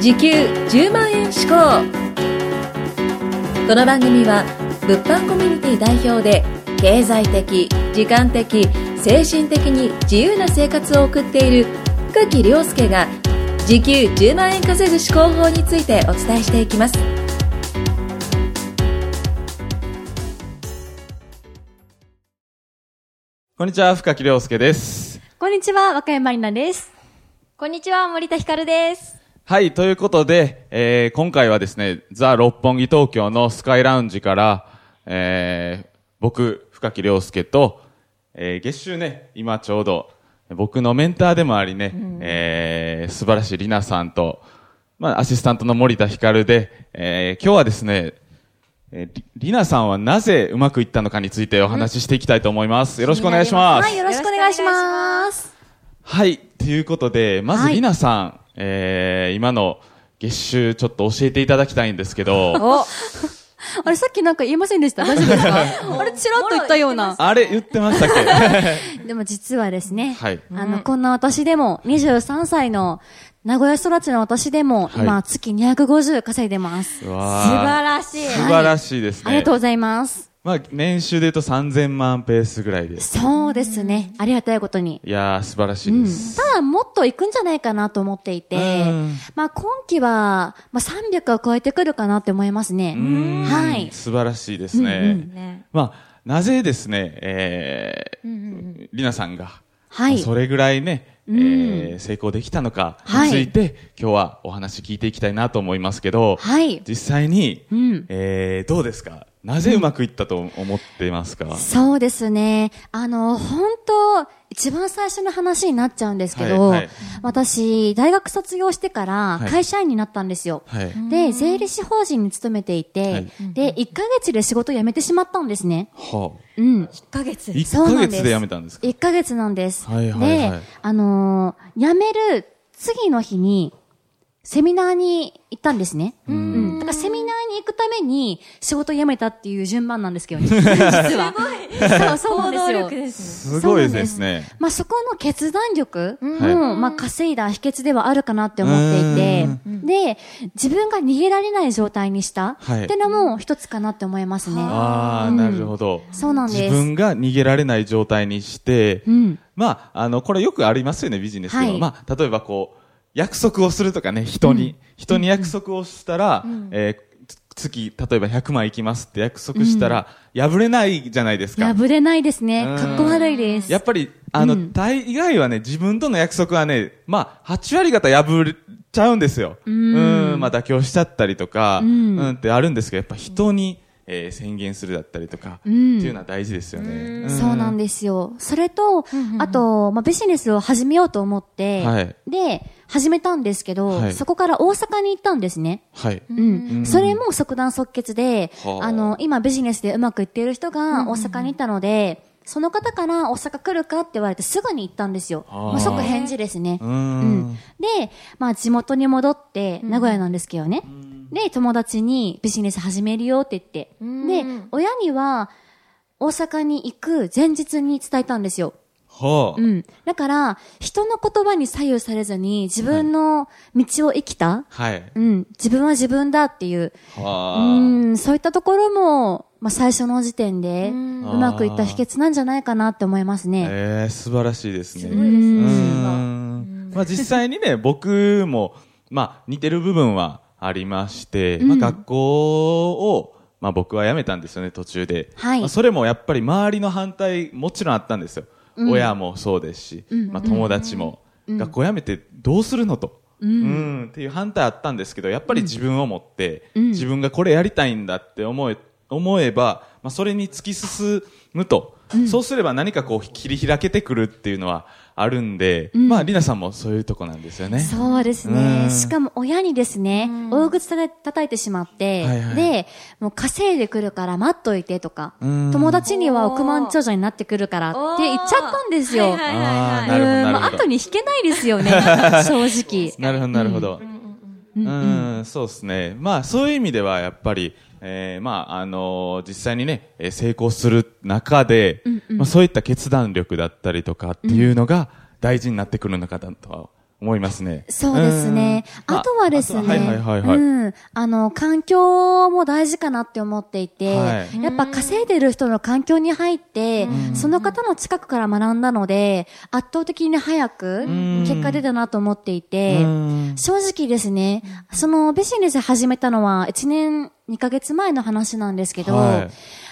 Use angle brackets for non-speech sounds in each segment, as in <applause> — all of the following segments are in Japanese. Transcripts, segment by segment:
時給10万円志向この番組は物販コミュニティ代表で経済的時間的精神的に自由な生活を送っている深木亮介が時給10万円稼ぐ思考法についてお伝えしていきますこんにちは、深木亮介です。こんにちは、若山里奈です。こんにちは、森田ひかるです。はい、ということで、えー今回はですね、ザ・六本木東京のスカイラウンジから、えー僕、深木亮介と、えー月収ね、今ちょうど、僕のメンターでもありね、えー素晴らしい里奈さんと、まあ、アシスタントの森田光で、えー今日はですね、えー、りりなさんはなぜうまくいったのかについてお話ししていきたいと思います。よろしくお願いします。はい、よろしくお願いします。はい。ということで、まず、はいりなさん、えー、今の月収、ちょっと教えていただきたいんですけ <laughs> ど、お <laughs> あれ、さっきなんか言えませんでした大丈夫ですかあれ、ちらっと言ったような。あれ、言ってましたっけでも実はですね、はいあの、こんな私でも、23歳の名古屋育ちの私ではも、い今、月250稼いでます。素らし素晴らしいですね。ありがとうございます。まあ、年収で言うと3000万ペースぐらいです。そうですね。ありがたいことに。いやー、素晴らしいです。ただ、もっといくんじゃないかなと思っていてうん、まあ、今期は、まあ、300を超えてくるかなって思いますね。うんはい。素晴らしいですね。まあ、なぜですね、えーりなさんが、はいそれぐらいね、えー成功できたのかについて、今日はお話聞いていきたいなと思いますけど、はい実際に、んえーどうですかなぜうまくいったと思ってますか、そうですね。あの、本当一番最初の話になっちゃうんですけど、はいはい私、大学卒業してからはい会社員になったんですよ。はい。で、税理士法人に勤めていて、はいで、1ヶ月で仕事を辞めてしまったんですね。はあ、うん。 1ヶ月。 1そうヶなんです月で辞めたんですか1ヶ月なんです。はいはいはいで、あのー辞める次の日に、セミナーに行ったんですね。うん。だからセミナーに行くために仕事を辞めたっていう順番なんですけどね。<laughs> 実は。そう、そうなんですよ。ですね。すごいですね。まあ、そこの決断力も、はまあ、稼いだ秘訣ではあるかなって思っていてう、で、自分が逃げられない状態にした、はいってのも一つかなって思いますね。ああ、なるほど。そうなんです自分が逃げられない状態にして、うんまあ、あの、これよくありますよね、ビジネスでも。はいまあ、例えばこう、約束をするとかね、人に。人に約束をしたら、えーつ月、例えば100万いきますって約束したら、破れないじゃないですか。破れないですねうん。かっこ悪いです。やっぱり、あの、大概はね、自分との約束はね、まあ、8割方破れちゃうんですよ。うん、まあ、妥協しちゃったりとか、うん、ってあるんですけど、やっぱ人に、えー宣言するだったりとか、っていうのは大事ですよね。そうなんですよ。それと、あと、まあ、ビジネスを始めようと思って、はいで、始めたんですけど、はいそこから大阪に行ったんですね。はい。うん。それも即断即決で、はああの、今ビジネスでうまくいっている人が大阪にいたので、その方から大阪来るかって言われてすぐに行ったんですよ。はあまあ、即返事ですね。ううんん。。で、まあ地元に戻って、名古屋なんですけどね。で、友達にビジネス始めるよって言って。で、親には大阪に行く前日に伝えたんですよ。はあ。うん。だから、人の言葉に左右されずに自分の道を生きた、はい。うん。自分は自分だっていう。うはん。そういったところも、まあ最初の時点で、うまくいった秘訣なんじゃないかなって思いますあ。ね。えー、素晴らしいですね。ごいですねうーそれんまあ実際にね、 <laughs> 僕も、まあ似てる部分はありまして、まあ学校を、まあ僕は辞めたんですよね、途中で。はいまあそれもやっぱり周りの反対もちろんあったんですよ。親もそうですし、まあ友達も、学校辞めてどうするのと。うん、っていう反対あったんですけど、やっぱり自分を持って、自分がこれやりたいんだって思え、思えば、まあ、それに突き進むと、そうすれば何かこう切り開けてくるっていうのはあるんで、まあ、りなさんもそういうとこなんですよね。そうですうねん。しかも親にですね、大口たた叩いてしまって、はいはいで、もう稼いでくるから待っといてとか、ん友達には億万長者になってくるからって言っちゃったんですはよ。いはいああ、なんう、るほど、なまあ、るほ後ど。に引けないです <laughs> よね、正直。なるほど、なるほど。うん、そうですね。まあ、そういう意味では、やっぱり、えーまあ、あのー実際にね、えー成功する中で、まあ、そういった決断力だったりとかっていうのが大事になってくるのかなとは思いますね。そうですね。うんあとはですね、ああとはいはいはいはいうん、あの、環境も大事かなって思っていて、はいやっぱ稼いでる人の環境に入って、その方の近くから学んだので、圧倒的に早くん結果出たなと思っていうて、ん正直ですね、そのビジネス始めたのは1年2ヶ月前の話なんですけど、はい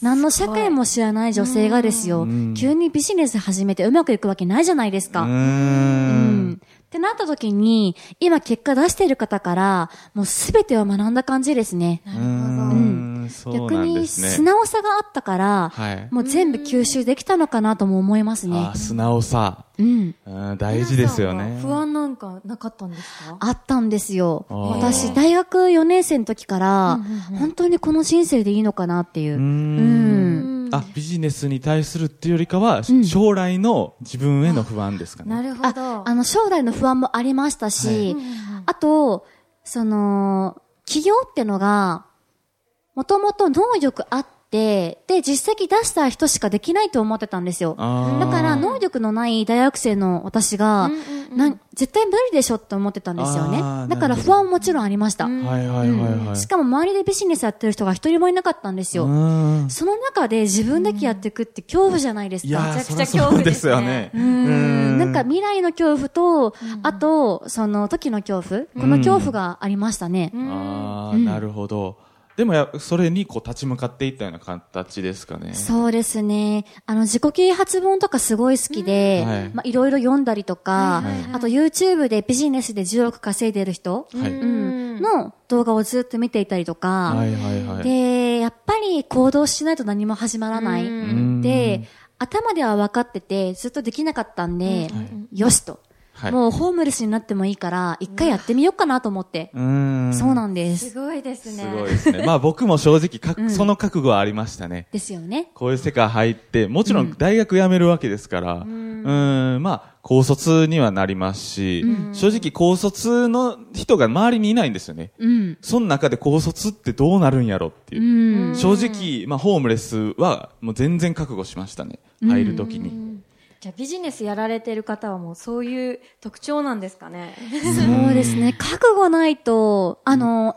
何の社会も知らない女性がですようん、急にビジネス始めてうまくいくわけないじゃないですか。うんってなった時に、今結果出してる方から、もうすべてを学んだ感じですね。ううんん。そう逆なんでにす素ね。直さがあったから、はいもう全部吸収できたのかなとも思いますねあ。素直さ。うん。うん大事ですよね。不安なんかなかったんですかあったんですよ。あー私、大学4年生の時から、本当にこの人生でいいのかなっていうう。うんあ、ビジネスに対するっていうよりかは、ん将来の自分への不安ですかね。なるほど。あの、将来の不安もありましたし、あと、その、企業ってのが、もともと能力あって、で、実績出した人しかできないと思ってたんですよ。あーだから、能力のない大学生の私が、なん絶対無理でしょって思ってたんですよあーね。だかなるらほど不安ももちろんありました。はいはいはいはい。しかも周りでビジネスやってる人が一人もいなかったんですよ。うんその中で自分だけやっていくって恐怖じゃないですいか。やー、めちそゃくりちゃゃ恐そう怖でですすよねね。うんなんかう未来の恐怖と、あと、その時の恐怖、この恐怖がありましたね。ああ、なるほど。でもや、それにこう立ち向かっていったような形ですかね。そうですね。あの、自己啓発本とかすごい好きで、はいまあ、いろいろ読んだりとか、あと YouTube でビジネスで10億稼いでる人、はい。うんの動画をずっと見ていたりとか、はいはいはい。で、やっぱり行動しないと何も始まらない。んで、頭では分かってて、ずっとできなかったんで、よしと。はい、もうホームレスになってもいいから、一回やってみようかなと思って。うん。そうなんです。すごいですね。すごいですね。まあ僕も正直か、その覚悟はありましたね。ですよね。こういう世界入って、もちろん大学辞めるわけですから、うん、んまあ、高卒にはなりますし、正直高卒の人が周りにいないんですよね。うん。その中で高卒ってどうなるんやろっていうう。ん。正直、まあ、ホームレスはもう全然覚悟しましたね。入るときに。じゃあビジネスやられてる方はもうそういう特徴なんですかね。 <laughs> そうですね。覚悟ないと、あの、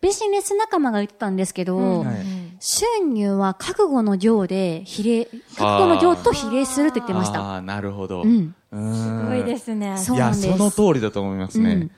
ビジネス仲間が言ってたんですけど、はい収入は覚悟の量で比例、覚悟の量と比例するって言ってました。ああ、なるほど。うん。うんすごいですね。そういなや、んでそすの通りだと思いますね。うん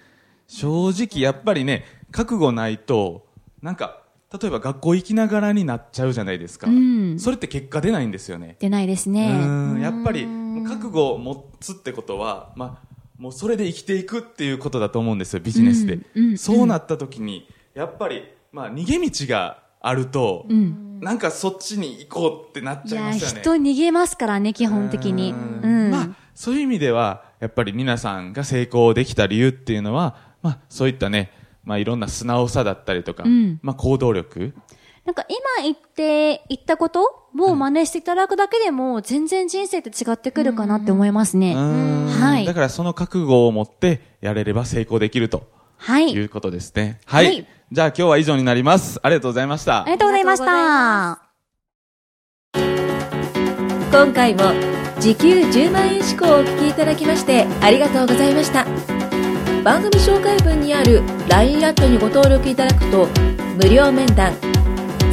正直、やっぱりね、覚悟ないと、なんか、例えば学校行きながらになっちゃうじゃないですか。うんそれって結果出ないんですよね。出ないですうね。んやっぱり、もう覚悟を持つってことは、まあ、もうそれで生きていくっていうことだと思うんですよ、ビジネスで。うんうんそうなった時に、やっぱり、まあ、逃げ道があると、うん。なんかそっちに行こうってなっいちゃいや、ますよね。人逃げますからね、基本的に。ううんん。まあ、そういう意味では、やっぱり皆さんが成功できた理由っていうのは、まあ、そういったね、まあ、いろんな素直さだったりとか、うんまあ、行動力。なんか今言って、言ったことを真似していただくだけでも、全然人生って違ってくるかなって思いますね。うんはいだ。から、その覚悟を持って、やれれば成功できるとはいい。うことですね。はい。はいじゃあ、今日は以上になります。ありがとうございました。ありがとうございました。今回も時給10万円志向をお聞きいただきましてありがとうございました番組紹介文にある LINE アットにご登録いただくと無料面談